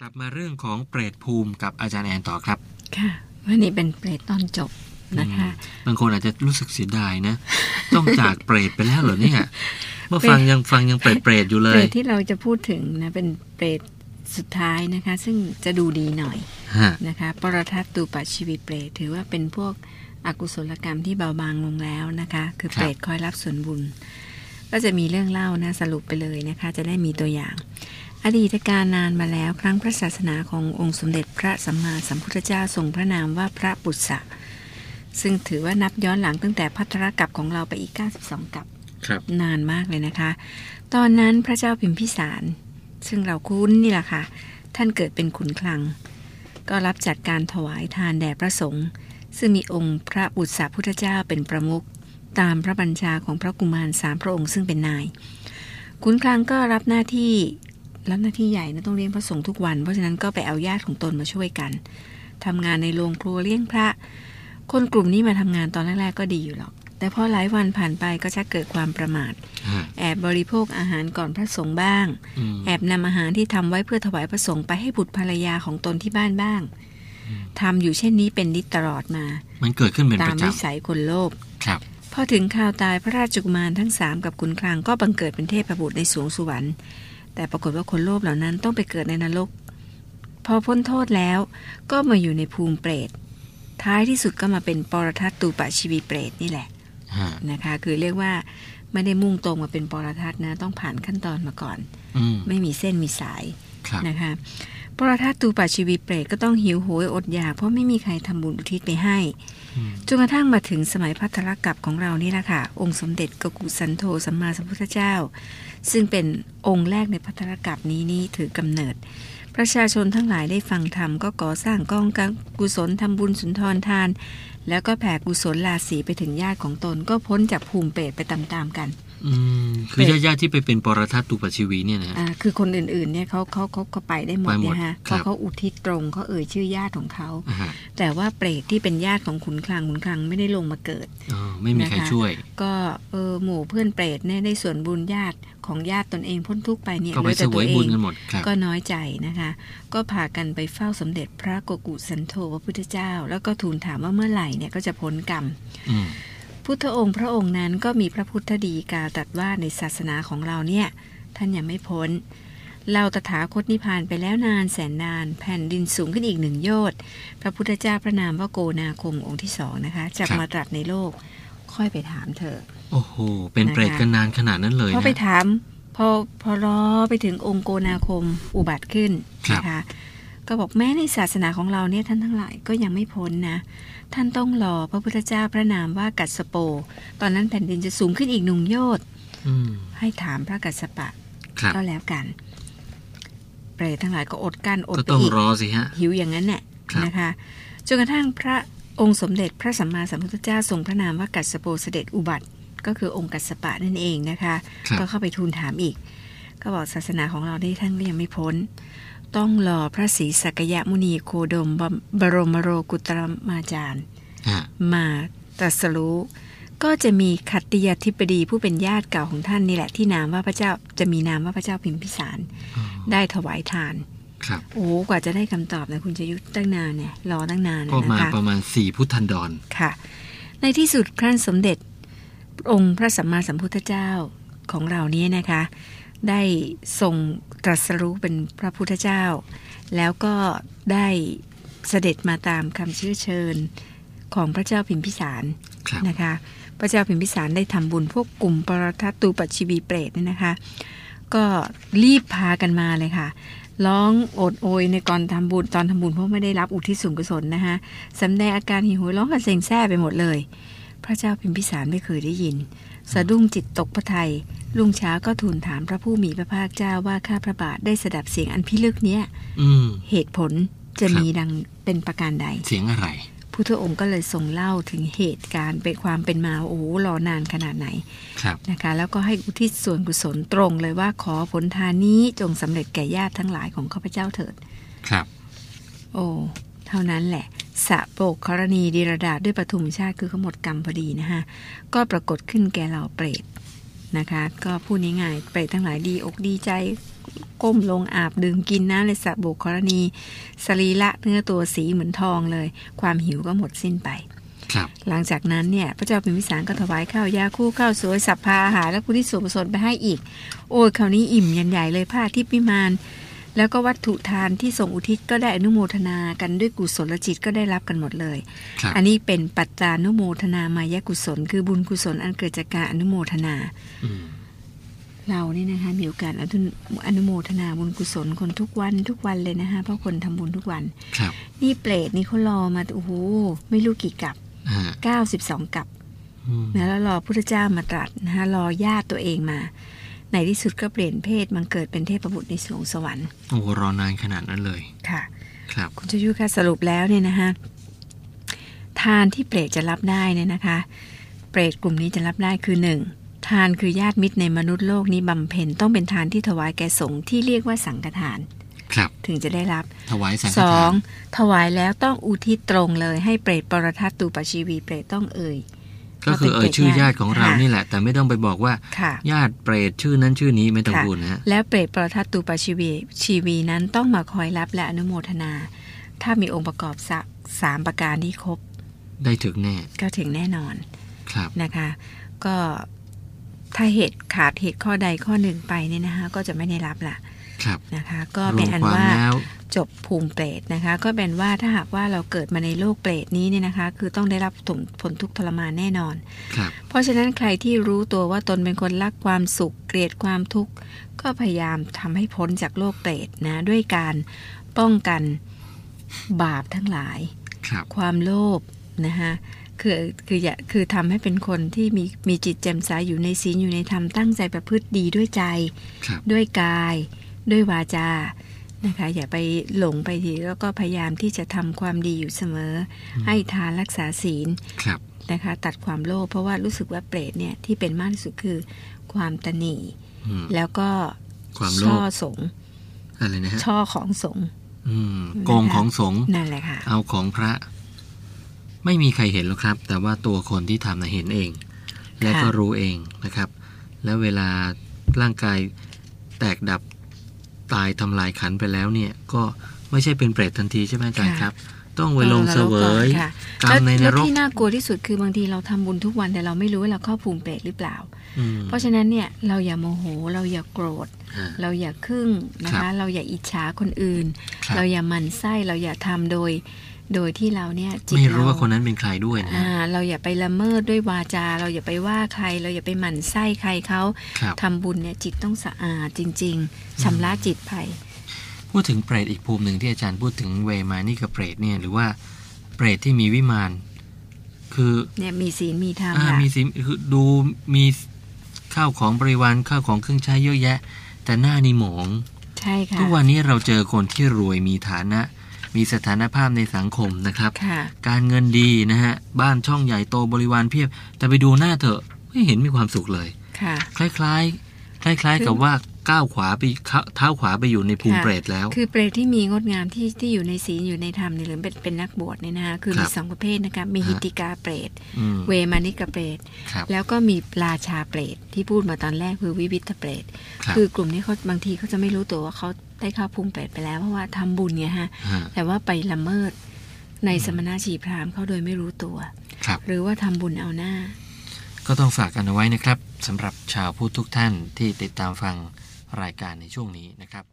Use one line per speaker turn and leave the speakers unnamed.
กลับมาเรื่องของเปรตภูมิกับอาจารย์แอนต่อครับ
ค่ะ วันนี้เป็นเปรตตอนจบนะคะ
บางคนอาจจะรู้สึกเสียดาย นะ ต้องจากเปรตไปแล้วเหรอเนี่ยเมื่อฟัง
เปรต
ยังฟังยังเปรตเปรตอยู่เล
เปร
ย
ตที่เราจะพูดถึงนะเป็นเปรตสุดท้ายนะคะ ซึ่งจะดูดีหน่อย
ฮะ
นะคะปรทัตตูปชีวิเปรตถือว่าเป็นพวกอกุศลกรรมที่เบาบางลงแล้วนะคะ คือเปรตคอยรับส่วนบุญ ก็จะมีเรื่องเล่านะสรุปไปเลยนะคะ จะได้มีตัวอย่าง อดีตการนานมาแล้วครั้งพระศาสนาขององค์สมเด็จพระสัมมาสัมพุทธเจ้าทรงพระนามว่าพระปุษะซึ่งถือว่านับย้อนหลังตั้งแต่พัทธรกับของเราไปอีก 92 กับ
ครับ
นานมากเลยนะคะ ตอนนั้นพระเจ้าพิมพิสาร ซึ่งเราคุ้นนี่แหละค่ะ ท่านเกิดเป็นขุนคลัง ก็รับจัดการถวายทานแด่พระสงฆ์ ซึ่งมีองค์พระบุตรสาพุทธเจ้าเป็นประมุขตามพระบัญชาของพระกุมารสามพระองค์ซึ่งเป็นนาย ขุนคลังก็รับหน้าที่รับหน้าที่ใหญ่นะต้องเลี้ยงพระสงฆ์ทุกวัน เพราะฉะนั้นก็ไปเอาญาติของตนมาช่วยกันทำงานในโรงครัวเลี้ยงพระ คนกลุ่มนี้มาทำงานตอนแรกๆก็ดีอยู่หรอก แต่พอหลายวันผ่านไปก็จะเกิดความประมาท
ฮะ
แอบบริโภคอาหารก่อนพระสงฆ์บ้าง
อืม
แอบนำอาหารที่ทำไว้เพื่อถวายพระสงฆ์ไปให้บุตรภรรยาของตนที่บ้านบ้างทำอยู่เช่นนี้เป็นนิจตลอดมา
มันเกิดขึ้นเป็น
ตา
ประ
มวิ
จำ
สัยคนโลภ
ครับ
พอถึงข่าวตายพระราชกุมารทั้งสามกับขุนคลังก็บังเกิดเป็นเทพบุตรในสวงสวรรค์ แต่ปรากฏว่าคนโลภเหล่านั้นต้องไปเกิดในนรก พอพ้นโทษแล้วก็มาอยู่ในภูมิเปรต ท้ายที่สุดก็มาเป็นปรทัตตูปชีวีเปรตนี่แหละ
ฮะ
นะคะคือเรียกว่าไม่ได้มุ่งตรงมาเป็นปรทัศน์นะต้องผ่านขั้นตอนมาก่อน
อืม
ไม่มีเส้นมีสาย
ครับ
นะคะปรทัศน์ตูปาชีวิตเปรตก็ต้องหิวโหยอดอยากเพราะไม่มีใครทำบุญอุทิศไปให้
อืม
จนกระทั่งมาถึงสมัยพัทธรกับของเรานี่แหละค่ะองค์สมเด็จกกุสันโธสัมมาสัมพุทธเจ้า ซึ่งเป็นองค์แรกในพัทธรกับนี้นี่ถือกำเนิด ประชาชนทั้งหลายได้ฟังธรรมก็ก่อสร้างกองกุศลทำบุญสุนทรทาน แล้วก็แผ่กุศลราศีไปถึงญาติของตนก็พ้นจากภูมิเปรตไปตามๆกัน
อืมคือญาติญาติๆที่ไปเป็นปรทัตตุปชีวีเนี่ยนะ
อ่าคือคนอื่นๆเนี่ยเขาเขาเขาเขาไปได้หมด
ไปหมด
เนี่ยฮะ
ค
เพ
รับ
ราะเขาอุทิศตรงเขาเอ่ยชื่อญาติของเขา
อ่าฮะ
แต่ว่าเปรตที่เป็นญาติของขุนคลังขุนคลังไม่ได้ลงมาเกิด
อ๋อไม่มีใคร
นะคะ
ช่วย
ก็เออหมู่เพื่อนเปรตเนี่ยได้ส่วนบุญญาติของญาติตนเองพ้นทุกข์ไปเนี่ย
ก็ไป
เหลือ
เส
แต่
ว
ตัวย เอ
บุญ
ง
กันหมดครับ
ก็น้อยใจนะคะ ก็พากันไปเฝ้าสมเด็จพระโกกุสันโธพระพุทธเจ้า แล้วก็ทูลถามว่าเมื่อไหร่เนี่ยก็จะพ้นกรรม
อืม
พุทธองค์พระองค์นั้นก็มีพระพุทธดีกาตรัดว่าในศาสนาของเราเนี่ย ท่านยังไม่พ้น เราตถาคตนิพพานไปแล้วนานแสนนาน แผ่นดินสูงขึ้นอีกหนึ่งโยชน์พระพุทธเจ้าพระนามว่าโกนาคมองค์ที่สองนะคะจะมาตรัสในโลกค่อยไปถามเธอ
โอ้โหเป็นเปรตกันนานขนาดนั้นเลย
พอ
นะ
ไปถามพอพอรอไปถึงองค์โกนาคมอุบัติขึ้น
ครับ
นะคะก็บอกแม้ในศาสนาของเราเนี่ยท่านทั้งหลายก็ยังไม่พ้นนะ ท่านต้องรอพระพุทธเจ้าพระนามว่ากัสสโป ตอนนั้นแผ่นดินจะสูงขึ้นอีกหนุ่งโยชน์
อืม
ให้ถามพระกัสสปะ
ครับ
ก็แล้วกัน เปรตทั้งหลายก็อดกลั้นอด
ก็
ไป
ต้อง
อีก
รอสิฮะ
หิวอย่างนั้นแหละ
ครับ
นะคะจนกระทั่งพระองค์สมเด็จพระสัมมาสัมพุทธเจ้าทรงพระนามว่ากัสสโปเสด็จอุบัติ ก็คือองค์กัสสปะนั่นเองนะคะ
ครับ
ก็เข้าไปทูลถามอีก ก็บอกศาสนาของเราได้ท่านก็ยังไม่พ้น ต้องรอพระศรีสักยมุนีโคดมบำบรมโรกุตรมาจารย์
ฮะ
มาตรัสรู้ ก็จะมีขัตติยธิบดีผู้เป็นญาติเก่าของท่านนี่แหละที่นามว่าพระเจ้าจะมีนามว่าพระเจ้าพิมพิสาร
อ๋อ
ได้ถวายทาน
ครับ
โอ้กว่าจะได้คำตอบนะคุณจะยุทธตั้งนานเนี่ยรอตั้งนาน
ก็
นะ
มา
คะ
ประมาณสี่พุทธันดร
ค่ะ ในที่สุดครั้นสมเด็จองค์พระสัมมาสัมพุทธเจ้าของเราเนี้นะคะ ได้ทรงตรัสรู้เป็นพระพุทธเจ้า แล้วก็ได้เสด็จมาตามคำเชื้อเชิญของพระเจ้าพิมพิสาร
ครับ
นะคะพระเจ้าพิมพิสารได้ทำบุญพวกกลุ่มปรทัตตูปัชชีวีเปรตเนี่ยนะคะ ก็รีบพากันมาเลยค่ะ ร้องโอดโอยในก่อนทำบุญตอนทำบุญเพราะไม่ได้รับอุทิศส่วนกุศลนะคะสำแดงอาการหิวโหยร้องกระเซงแซ่ไปหมดเลย พระเจ้าพิมพิสารไม่เคยได้ยิน สะดุ้งจิตตกพระไทยลุงเช้าก็ทูลถามพระผู้มีพระภาคเจ้าว่าข้าพระบาทได้สดับเสียงอันพิลึกเนี้ย
อืม
เหตุผลจะมีดังเป็นประการใด
เสียงอะไร
พุทธองค์ก็เลยทรงเล่าถึงเหตุการณ์เป็นความเป็นมาโอ้โหรอนานขนาดไหน
ครับ
นะคะ แล้วก็ให้อุทิศส่วนกุศลตรงเลยว่าขอผลทานนี้จงสำเร็จแก่ญาติทั้งหลายของข้าพเจ้าเถิด
ครับ
โอ้เท่านั้นแหละสะโปกกรณีดีระดาษด้วยปฐุมชาติคือเขาหมดกรรมพอดีนะคะก็ปรากฏขึ้นแก่เราเปรตนะคะ ก็พูดง่ายๆเปรตทั้งหลายดีอกดีใจ ก้มลงอาบดื่มกินน้ำในสระบุกรณีสรีละเนื้อตัวสีเหมือนทองเลย ความหิวก็หมดสิ้นไป
ครับ
หลังจากนั้นเนี่ยพระเจ้าพิมพิสารก็ถวายข้าวยาคู่ข้าวสวยสับพาอาหารและผู้ที่สูงประสนไปให้อีก โอ้ยคราวนี้อิ่มยันใหญ่เลยผ้าทิพย์วิมาน แล้วก็วัตถุทานที่ส่งอุทิศก็ได้อนุโมทนากันด้วยกุศลจิตก็ได้รับกันหมดเลย
ครับ
อันนี้เป็นปัจจานุโมทนามายกุศล คือบุญกุศลอันเกิดจากการอนุโมทนา
อืม
เรานี่นะคะมีโอกาสอนุอนุโมทนาบุญกุศลคนทุกวันทุกวันเลยนะคะเพราะคนทำบุญทุกวัน
ครับ
นี่เปรตนี่เขารอมาโอ้โหไม่รู้กี่กับ
อ่า
92 กับ
อืม
นะแล้วรอพุทธเจ้ามาตรัสนะคะรอญาติตัวเองมา ในที่สุดก็เปลี่ยนเพศมันเกิดเป็นเทพบุตรในสวงสวรรค์
โอ้โหรอนานขนาดนั้นเลย
ค่ะ
ครับ
คุณชยุทธคะสรุปแล้วเนี่ยนะคะทานที่เปรตจะรับได้เนี่ยนะคะ เปรตกลุ่มนี้จะรับได้คือหนึ่งทานคือญาติมิตรในมนุษย์โลกนี้บำเพ็ญต้องเป็นทานที่ถวายแก่สงฆ์ที่เรียกว่าสังฆทาน
ครับ
ถึงจะได้รับ
ถวายสังฆ
ส
ทา
อง
น
ถวายแล้วต้องอุทิศตรงเลยให้เปรตปรทัตตูปชีวีเปรตต้องเอ่ย
ก็คือเอ่ยชื่อญาติของเรานี่
ค่ะ
แหละ แต่ไม่ต้องไปบอกว่า
ค่ะ
ญาติเปรตชื่อนั้นชื่อนี้ไม่ต้อง
ค่ะ
พูดนะฮะ
และเปรตประทัตตูปาชีวีชีวีนั้นต้องมาคอยรับและอนุโมทนา ถ้ามีองค์ประกอบสักสามประการที่ครบ
ได้ถึงแน่
ก็ถึงแน่นอน
ครับ
นะคะ ก็ถ้าเหตุขาดเหตุข้อใดข้อหนึ่งไปเนี่ยนะคะ ก็จะไม่ได้รับละ
ครับ
นะคะ ก็
ร
เป็
วน ม
อัน
ความ
ว่า
แล้ว
จบภูมิเปรตนะคะ ก็เป็นว่าถ้าหากว่าเราเกิดมาในโลกเปรตนี้เนี่ยนะคะ คือต้องได้รับผลทุกข์ทรมานแน่นอน
ครับ
เพราะฉะนั้นใครที่รู้ตัวว่าตนเป็นคนรักความสุข เกลียดความทุกข์ก็พยายามทำให้พ้นจากโลกเปรตนะ ด้วยการป้องกันบาปทั้งหลาย
ครับ
ความโลภนะคะคือคืออย่าคือทำให้เป็นคนที่มีมีจิตแจ่มใสอยู่ในศีลอยู่ในธรรมตั้งใจประพฤติดีด้วยใจ
ครับ
ด้วยกาย ด้วยวาจานะคะอย่าไปหลงไปทีแล้วก็พยายามที่จะทำความดีอยู่เสมอ ให้ทานรักษาศีล
ครับ
นะคะตัดความโลภเพราะว่ารู้สึกว่าเปรตเนี่ยที่เป็นมากที่สุดคือความตนี
อืม
แล้วก็
ความโล
ช่อ
ภ
สงฆ์
อะไรนะฮะ
ช่อของสงฆ์
อืม โกงของสงฆ์
นั่นแหละค่ะ
เอาของพระ ไม่มีใครเห็นหรอกครับ แต่ว่าตัวคนที่ทำนะเห็นเอง และก็รู้เองนะครับ แล้วเวลาร่างกายแตกดับตายทำลายขันธ์ไปแล้วเนี่ย ก็ไม่ใช่เป็นเปรตทันทีใช่ไหมอาจารย์ค
ค่ะ
รับ ต้องไปลงเสวย
ค่ะ
กรรมในน
แล้ว
รก
ที่น่ากลัวที่สุดคือบางทีเราทำบุญทุกวันแต่เราไม่รู้ว่าเราเข้าภูมิเปรตหรือเปล่า
อืม
เพราะฉะนั้นเนี่ยเราอย่าโมโหเราอย่าโกรธ
อ่า
เราอย่าครึ่งนะ
ครั
คะ
บ
เราอย่าอิจฉาคนอื่น
ครับ
เราอย่าหมันไส้เราอย่าทำโดย โดยที่เราเนี่ยจิต
ไม่รู้ว่า
เ
คนนั้นเป็นใครด้วยนะ
อ่าเราอย่าไปละเมิดด้วยวาจา เราอย่าไปว่าใคร เราอย่าไปหมั่นไส้ใครเขา
ครับ
ทำบุญเนี่ยจิตต้องสะอาดจริง ๆชำระจิตไป
พูดถึงเปรตอีกภูมิหนึ่งที่อาจารย์พูดถึงเวมานี่กับเปรตเนี่ย หรือว่าเปรตที่มีวิมาน คือ
เนี่ยมีศีลมีธรรม
อ่า
ค่ะ
มีสิคือดูมีข้าวของบริวารข้าวของเครื่องใช้เยอะแยะ แต่หน้านี่หมอง
ใช่ค่ะ
ทุกวันนี้เราเจอคนที่รวยมีฐานะ มีสถานภาพในสังคมนะครับ
ค่ะ
การเงินดีนะฮะ บ้านช่องใหญ่โตบริวารเพียบ แต่ไปดูหน้าเถอะไม่เห็นมีความสุขเลย
ค่ะ
คล้ายๆ คล้าย ๆ กับว่าก้าวขวาไปเข้าเท้าขวาไปอยู่ในภูมิ
ค่ะ
เปรตแล้ว
คือเปรตที่มีงดงามที่ที่อยู่ในศีลอยู่ในธรรมเนี่ยหรือเป็นเป็นนักบวชเนี่ยนะคะคือ
ค
มี
รับ
สองประเภทนะคะมี
ฮะ
หิติกาเปรต
อืม
เวมานิกาเปรต
ครับ
แล้วก็มีราชาเปรตที่พูดมาตอนแรกคือวิวิตเปรต
ครับ
คือกลุ่มนี้เขาบางทีเขาจะไม่รู้ตัวว่าเขาได้เข้าภูมิเปรตไปแล้วเพราะว่าทำบุญไงฮะ
ฮะ
แต่ว่าไปละเมิดในสมณชีพราหมณ์เขาโดยไม่รู้ตัว
ครับ
หรือว่าทำบุญเอาหน้า
ก็ต้องฝากกันเอาไว้นะครับสำหรับชาวพูดทุกท่านที่ติดตามฟังรายการในช่วงนี้นะครับ